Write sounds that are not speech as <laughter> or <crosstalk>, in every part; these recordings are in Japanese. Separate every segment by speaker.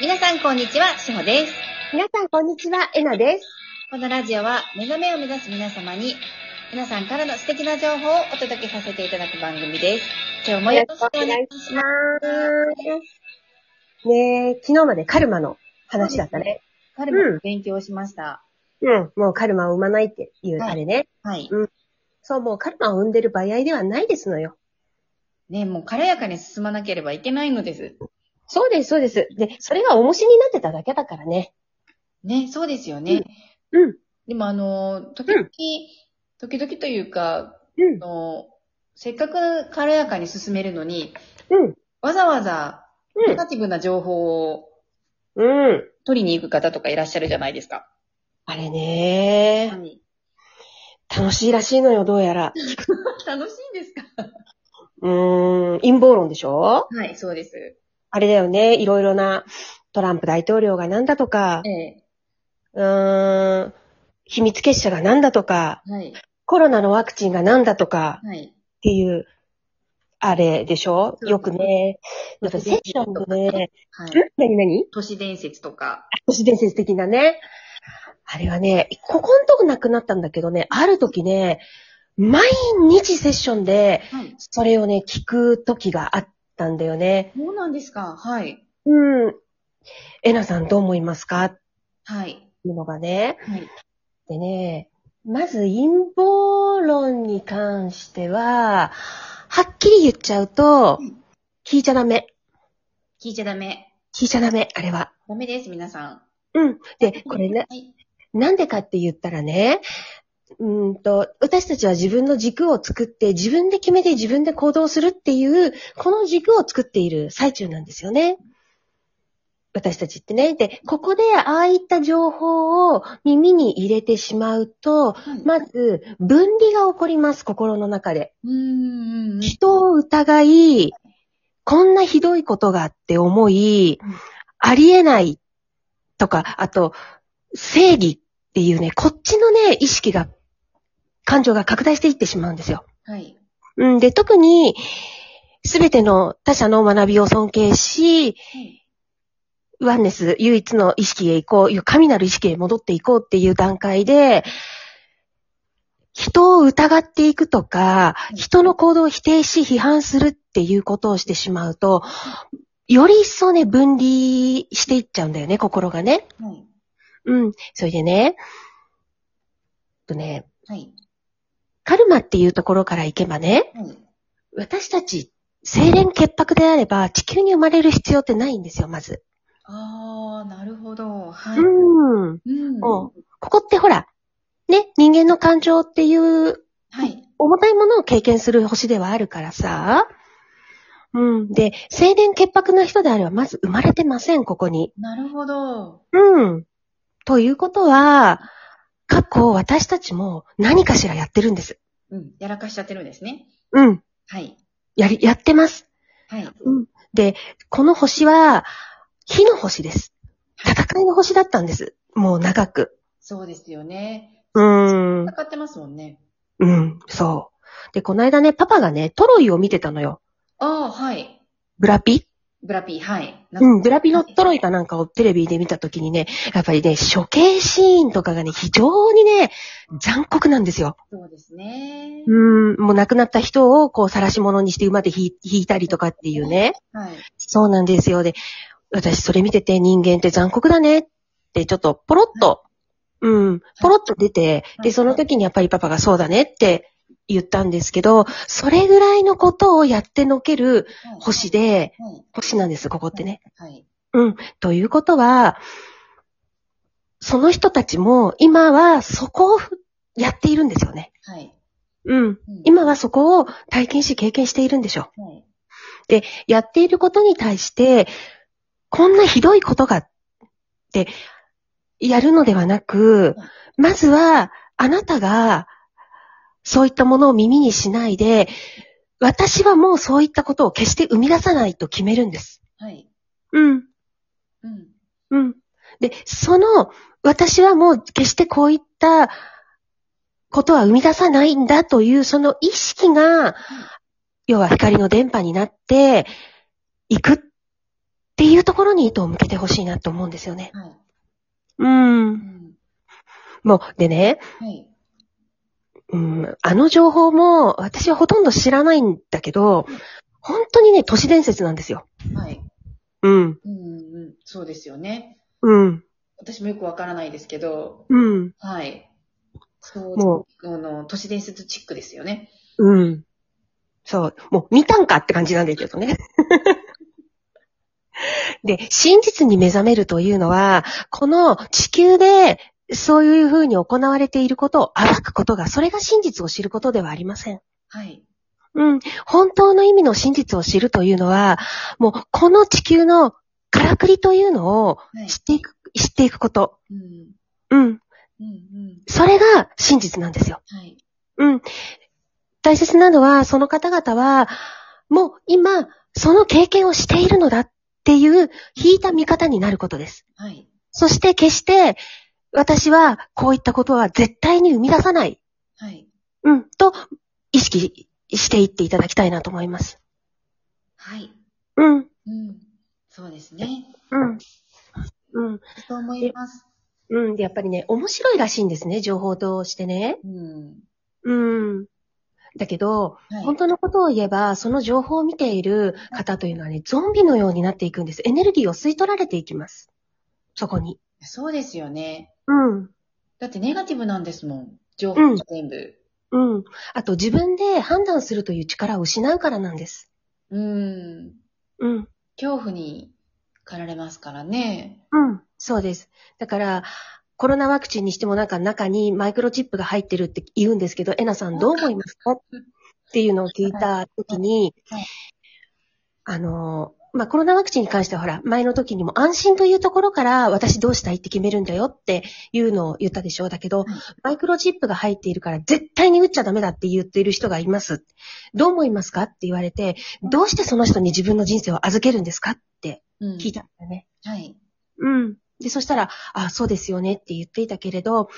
Speaker 1: 皆さんこんにちは、しほです。
Speaker 2: 皆さん、こんにちは。えなです。
Speaker 1: このラジオは目覚めを目指す皆様に、皆さんからの素敵な情報をお届けさせていただく番組です。今日もよろしくお願いします。
Speaker 2: ます。ねえ、昨日までカルマの話だったね。
Speaker 1: カルマの勉強をしました。
Speaker 2: うん。もうカルマを生まないっていう、
Speaker 1: はい
Speaker 2: あれね。
Speaker 1: はい。
Speaker 2: そう、もうカルマを生んでる場合ではないですのよ。
Speaker 1: ね、もう軽やかに進まなければいけないのです。
Speaker 2: そうです、そうです。で、それが重しになってただけだからね。
Speaker 1: ね、そうですよね。
Speaker 2: うん。
Speaker 1: でもあの、時々、時々というか、
Speaker 2: うん
Speaker 1: あ。のせっかく軽やかに進めるのに、
Speaker 2: うん。
Speaker 1: わざわざ
Speaker 2: う
Speaker 1: ネ
Speaker 2: ん
Speaker 1: ガティブな情報を
Speaker 2: うん。
Speaker 1: 取りに行く方とかいらっしゃるじゃないですか。
Speaker 2: あれね楽しいらしいのよ、どうやら。
Speaker 1: 楽しいんですか
Speaker 2: うーん。陰謀論でしょ
Speaker 1: はい、そうです。
Speaker 2: あれだよね。いろいろなトランプ大統領がなんだとか
Speaker 1: え、え。
Speaker 2: うーん。秘密結社がなんだとか、
Speaker 1: はい。
Speaker 2: コロナのワクチンがなんだとか、
Speaker 1: はい。
Speaker 2: っていう、あれでしょ
Speaker 1: そう
Speaker 2: よくね。なんかセッションでね、
Speaker 1: はい。
Speaker 2: なになに
Speaker 1: 都市伝説とか。
Speaker 2: 都市伝説的なね。あれはね、ここんとこなくなったんだけどね、ある時ね、毎日セッションで、
Speaker 1: はい。
Speaker 2: それをね、聞く時があったんだよね。
Speaker 1: そうなんですか。はい。
Speaker 2: うん。えなさんどう思いますかって
Speaker 1: はい。
Speaker 2: いうのがね。
Speaker 1: はい。
Speaker 2: でね、まず陰謀論に関しては、はっきり言っちゃうと
Speaker 1: うん、
Speaker 2: 聞いちゃダメ。
Speaker 1: 聞いちゃダメ。
Speaker 2: 聞いちゃダメ、あれは。
Speaker 1: ダメです、皆さん。
Speaker 2: うん。で、これね、
Speaker 1: はい。
Speaker 2: なんでかって言ったらね、うーんと、私たちは自分の軸を作って、自分で決めて自分で行動するっていう、この軸を作っている最中なんですよね。私たちってね。で、ここでああいった情報を耳に入れてしまうと、
Speaker 1: はい、
Speaker 2: まず、分離が起こります、心の中で。
Speaker 1: うーん。うん
Speaker 2: 人を疑い、こんなひどいことがあって思い
Speaker 1: うん、
Speaker 2: ありえないとか、あと、正義っていうね、こっちのね、意識が、感情が拡大していってしまうんですよ。
Speaker 1: はい。
Speaker 2: うんで、特に、すべての他者の学びを尊敬し、
Speaker 1: はい。
Speaker 2: ワンネス、唯一の意識へ行こう、神なる意識へ戻っていこうっていう段階で、人を疑っていくとか、
Speaker 1: うん
Speaker 2: 人の行動を否定し批判するっていうことをしてしまうと、より一層ね、分離していっちゃうんだよね、心がね。
Speaker 1: はい。
Speaker 2: うん。それでね、とね、
Speaker 1: はい。
Speaker 2: カルマっていうところから行けばね、
Speaker 1: はい。
Speaker 2: 私たち、精錬潔白であれば、地球に生まれる必要ってないんですよ、まず。
Speaker 1: あー、なるほど。はい。
Speaker 2: うん。
Speaker 1: うん。
Speaker 2: ここってほら、ね、人間の感情っていう
Speaker 1: はい。
Speaker 2: 重たいものを経験する星ではあるからさ。うん。で、青年潔白な人であれば、まず生まれてません、ここに。
Speaker 1: なるほど。
Speaker 2: うん。ということは、過去私たちも何かしらやってるんです。
Speaker 1: うん。やらかしちゃってるんですね。
Speaker 2: うん。
Speaker 1: はい。
Speaker 2: やり、やってます。
Speaker 1: はい。
Speaker 2: この星は、火の星です。戦いの星だったんです。もう長く。
Speaker 1: そうですよね。
Speaker 2: うん。
Speaker 1: 戦ってますもんね。
Speaker 2: うん、そう。で、この間ね、パパがね、トロイを見てたのよ。
Speaker 1: あー、はい。
Speaker 2: ブラピ
Speaker 1: ブラピー、はい。
Speaker 2: うん、ブラピのトロイかなんかをテレビで見たときにね、やっぱりね、処刑シーンとかがね、非常にね、残酷なんですよ。
Speaker 1: そうですね。
Speaker 2: うん、もう亡くなった人をこう、晒し者にして馬でひ引いたりとかっていうね。
Speaker 1: はい。
Speaker 2: そうなんですよ。で、私それ見てて人間って残酷だねって、ちょっとポロッと、うん、ポロッと出て、
Speaker 1: はい
Speaker 2: で、その時にやっぱりパパがそうだねって言ったんですけど、それぐらいのことをやってのける
Speaker 1: はい
Speaker 2: 星で、
Speaker 1: はい。
Speaker 2: 星なんです、ここってね。
Speaker 1: はい。
Speaker 2: ということは、その人たちも今はそこをやっているんですよね。
Speaker 1: はい。
Speaker 2: うん。
Speaker 1: うん
Speaker 2: 今はそこを体験し経験しているんでしょ
Speaker 1: はい。
Speaker 2: う。やっていることに対して、こんなひどいことがってやるのではなく、まずはあなたがそういったものを耳にしないで、私はもうそういったことを決して生み出さないと決めるんです。
Speaker 1: はい。
Speaker 2: うん。
Speaker 1: うん。
Speaker 2: うん。で、その、私はもう決してこういったことは生み出さないんだという、その意識が、要は光の電波になっていくっていうところに糸を向けてほしいなと思うんですよね。
Speaker 1: はい。
Speaker 2: う。
Speaker 1: うんん。
Speaker 2: もう、でね、
Speaker 1: はい。
Speaker 2: うん、あの情報も私はほとんど知らないんだけど、本当にね、都市伝説なんですよ。
Speaker 1: はい。
Speaker 2: うん。
Speaker 1: うんうん。そうですよね。
Speaker 2: うん。
Speaker 1: 私もよくわからないですけど、
Speaker 2: うん。
Speaker 1: はい。そう、
Speaker 2: も
Speaker 1: あの、都市伝説チックですよね。
Speaker 2: う、うん。そう。もう見たんかって感じなんだけどね。 <laughs> で、真実に目覚めるというのは、この地球でそういうふうに行われていることを暴くことが、それが真実を知ることではありません。
Speaker 1: はい。
Speaker 2: うん。本当の意味の真実を知るというのは、もうこの地球のからくりというのを
Speaker 1: はい
Speaker 2: 知。っていく、知っていくこと。
Speaker 1: うん。
Speaker 2: うん。
Speaker 1: うんうん。
Speaker 2: それが真実なんですよ。
Speaker 1: はい。
Speaker 2: うん。大切なのは、その方々は、もう今、その経験をしているのだっていう、引いた見方になることです。
Speaker 1: はい。
Speaker 2: そして決して、私はこういったことは絶対に生み出さない。
Speaker 1: はい。
Speaker 2: うん。と、意識していっていただきたいなと思います。
Speaker 1: はい。
Speaker 2: うん。
Speaker 1: うん。そうですね。
Speaker 2: うん。うん。
Speaker 1: そう思います。
Speaker 2: うん。で、やっぱりね、面白いらしいんですね、情報としてね。
Speaker 1: うん。
Speaker 2: うん。だけど、
Speaker 1: はい。
Speaker 2: 本当のことを言えば、その情報を見ている方というのはね、ゾンビのようになっていくんです。エネルギーを吸い取られていきます。そこに。
Speaker 1: そうですよね。
Speaker 2: うん。
Speaker 1: だってネガティブなんですもん。情
Speaker 2: う
Speaker 1: 報
Speaker 2: ん
Speaker 1: が全部。
Speaker 2: うん。あと、自分で判断するという力を失うからなんです。
Speaker 1: うん。
Speaker 2: うん。
Speaker 1: 恐怖に駆られますからね。
Speaker 2: うん。そうです。だから、コロナワクチンにしてもなんか中にマイクロチップが入ってるって言うんですけど、えなさんどう思いますかっていうのを聞いた時に
Speaker 1: はいはい、
Speaker 2: あの、まあ、コロナワクチンに関してはほら、前の時にも安心というところから私どうしたいって決めるんだよっていうのを言ったでしょう。だけど、マイクロチップが入っているから絶対に打っちゃダメだって言っている人がいます。どう思いますかって言われて、どうしてその人に自分の人生を預けるんですかって
Speaker 1: うん。
Speaker 2: 聞いたんだよね。
Speaker 1: はい。
Speaker 2: うん。で、そしたら、あ、そうですよねって言っていたけれど、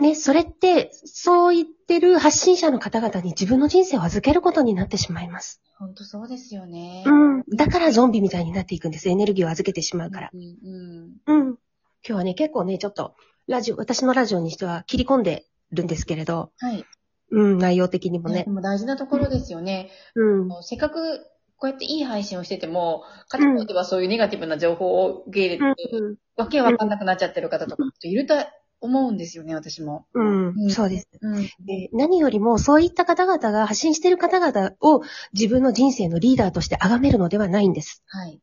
Speaker 2: ね、それって、そう言ってる発信者の方々に自分の人生を預けることになってしまいます。
Speaker 1: 本当そうですよね。
Speaker 2: うん。だからゾンビみたいになっていくんです。エネルギーを預けてしまうから。
Speaker 1: うん。うん。
Speaker 2: うん。今日はね、結構ね、ちょっと、ラジオ、私のラジオにしては切り込んでるんですけれど、
Speaker 1: はい。
Speaker 2: うん、内容的にも
Speaker 1: ね、
Speaker 2: ね
Speaker 1: で。も大事なところですよね。
Speaker 2: うん。
Speaker 1: せっかくこうやっていい配信をしてても、かつてではそういうネガティブな情報を受け入れて、わけわかんなくなっちゃってる方とかいると思うんですよね、私も。
Speaker 2: うん。
Speaker 1: う
Speaker 2: うんん、そうです。
Speaker 1: うん。
Speaker 2: で何よりも、そういった方々が、発信している方々を自分の人生のリーダーとして崇めるのではないんです。
Speaker 1: はい。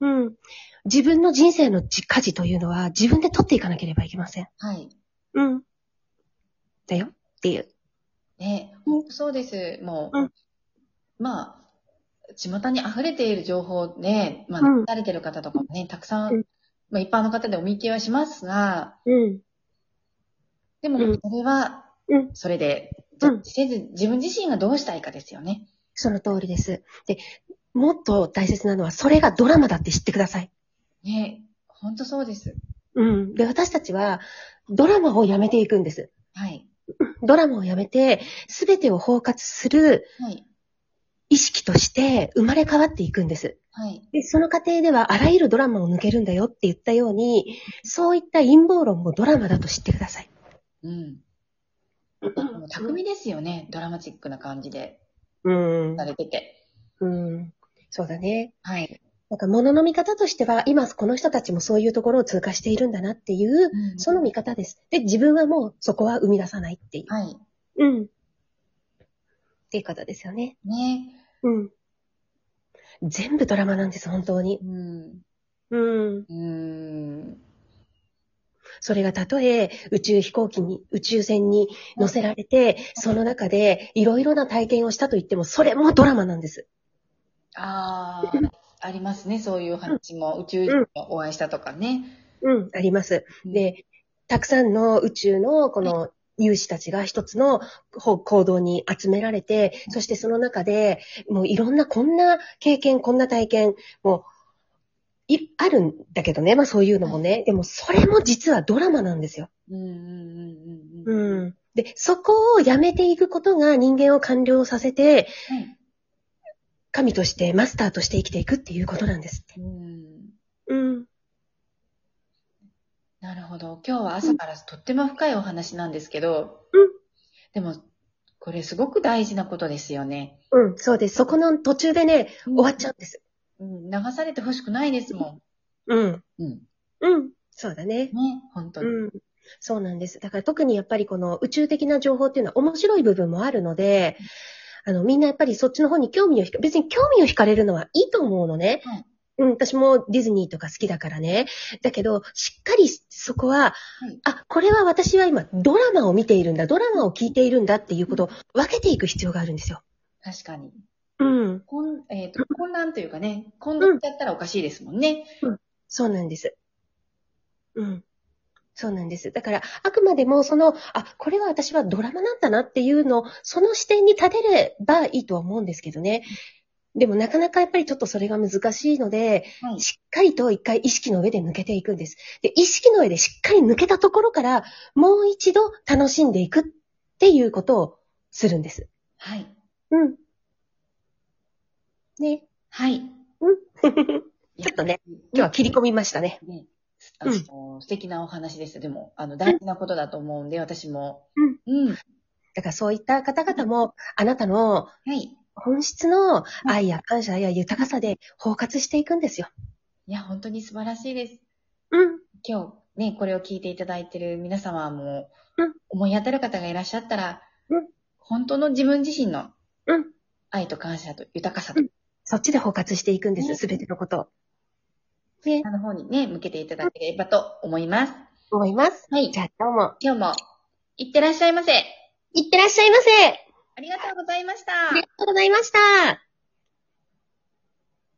Speaker 2: うん。自分の人生の舵というのは、自分で取っていかなければいけません。
Speaker 1: はい。
Speaker 2: うん。だよっていう。
Speaker 1: ね、
Speaker 2: うん
Speaker 1: 本当そうです。もう、
Speaker 2: うん
Speaker 1: まあ、巷に溢れている情報で、まあ、
Speaker 2: うん
Speaker 1: 慣れてる方とかもね、たくさん、
Speaker 2: うん
Speaker 1: まあ、一般の方でお見受けはしますが、
Speaker 2: うん。
Speaker 1: でも、
Speaker 2: うん
Speaker 1: それは
Speaker 2: うん、
Speaker 1: それで、ジ
Speaker 2: うん
Speaker 1: ャッジせず、自分自身がどうしたいかですよね。
Speaker 2: その通りです。で、もっと大切なのは、それがドラマだって知ってください。
Speaker 1: ね、本当そうです。
Speaker 2: うん。で、私たちは、ドラマをやめていくんです。
Speaker 1: はい。
Speaker 2: ドラマをやめて、すべてを包括する
Speaker 1: はい。
Speaker 2: 意識として生まれ変わっていくんです。
Speaker 1: はい。
Speaker 2: で、その過程ではあらゆるドラマを抜けるんだよって言ったように、そういった陰謀論もドラマだと知ってください。
Speaker 1: うん。
Speaker 2: <coughs>
Speaker 1: もう巧みですよね。ドラマチックな感じで
Speaker 2: うん
Speaker 1: さ。れてて。
Speaker 2: うん。そうだね。
Speaker 1: はい。
Speaker 2: なんか物の見方としては、今この人たちもそういうところを通過しているんだなっていう、その見方です。で、自分はもうそこは生み出さないってい
Speaker 1: はい。
Speaker 2: う。うん。っていうことですよね。
Speaker 1: ね。
Speaker 2: うん。全部ドラマなんです、本当に。
Speaker 1: うん。
Speaker 2: うん。
Speaker 1: うん。
Speaker 2: それがたとえ宇宙飛行機に、宇宙船に乗せられて、その中でいろいろな体験をしたと言っても、それもドラマなんです。
Speaker 1: ああ、ありますね、そういう話も。宇宙人とお会いしたとかね。
Speaker 2: うん。あります。
Speaker 1: うん、
Speaker 2: で、たくさんの宇宙のこの有志たちが一つのほ行動に集められて、そしてその中でもういろんなこんな経験、こんな体験、もういあるんだけどね、まあそういうのもね。でもそれも実はドラマなんですよ。
Speaker 1: うんうんうんうん。うん。
Speaker 2: うん。で、そこをやめていくことが人間を完了させて、神として、マスターとして生きていくっていうことなんですって。
Speaker 1: うん。
Speaker 2: うん。
Speaker 1: なるほど。今日は朝からとっても深いお話なんですけど、
Speaker 2: うん
Speaker 1: でも、これすごく大事なことですよね。
Speaker 2: うん、そうです。そこの途中でね、終わっちゃうんです。
Speaker 1: うん、流されてほしくないですも
Speaker 2: うん。
Speaker 1: ん。うん。
Speaker 2: うん。そうだね。
Speaker 1: ね、本当に。
Speaker 2: うん。そうなんです。だから特にやっぱりこの宇宙的な情報っていうのは面白い部分もあるので、あの、みんなやっぱりそっちの方に興味を引か、別に興味を引かれるのはいいと思うのね。
Speaker 1: はい
Speaker 2: うん、私もディズニーとか好きだからね。だけど、しっかりそこは、
Speaker 1: い
Speaker 2: あ、これは私は今ドラマを見ているんだ、ドラマを聞いているんだっていうことを分けていく必要があるんですよ。
Speaker 1: 確かに。
Speaker 2: うん。
Speaker 1: こんえっと混乱というかね、混乱しちゃったらおかしいですもんね。
Speaker 2: そうなんです。うん。そうなんです。だから、あくまでもその、あ、これは私はドラマなんだなっていうのを、その視点に立てればいいとは思うんですけどね。でもなかなかやっぱりちょっとそれが難しいので、
Speaker 1: はい。
Speaker 2: しっかりと一回意識の上で抜けていくんです。で、意識の上でしっかり抜けたところから、もう一度楽しんでいくっていうことをするんです。
Speaker 1: はい。
Speaker 2: うん。ね。
Speaker 1: はい。
Speaker 2: ちょっとね、今日は切り込みましたね。
Speaker 1: ね、あ
Speaker 2: うん
Speaker 1: の素敵なお話でした。でも、あの、大事なことだと思うんで、私も。うん。うん。
Speaker 2: だからそういった方々も、あなたの
Speaker 1: はい。
Speaker 2: 本質の愛や感謝や豊かさで包括していくんですよ。
Speaker 1: いや、本当に素晴らしいです。
Speaker 2: うん。
Speaker 1: 今日ね、これを聞いていただいてる皆様も
Speaker 2: うん、
Speaker 1: 思い当たる方がいらっしゃったら、
Speaker 2: うん
Speaker 1: 本当の自分自身の
Speaker 2: うん
Speaker 1: 愛と感謝と豊かさと、
Speaker 2: うんそっちで包括していくんで
Speaker 1: ね
Speaker 2: す、すべてのことを。ね、
Speaker 1: あの方にね、向けていただければと思います。
Speaker 2: 思います。
Speaker 1: はい。
Speaker 2: じゃあどうも。
Speaker 1: 今日も、いってらっしゃいませ。
Speaker 2: いってらっしゃいませ
Speaker 1: ありがとうございました。
Speaker 2: ありがとうございました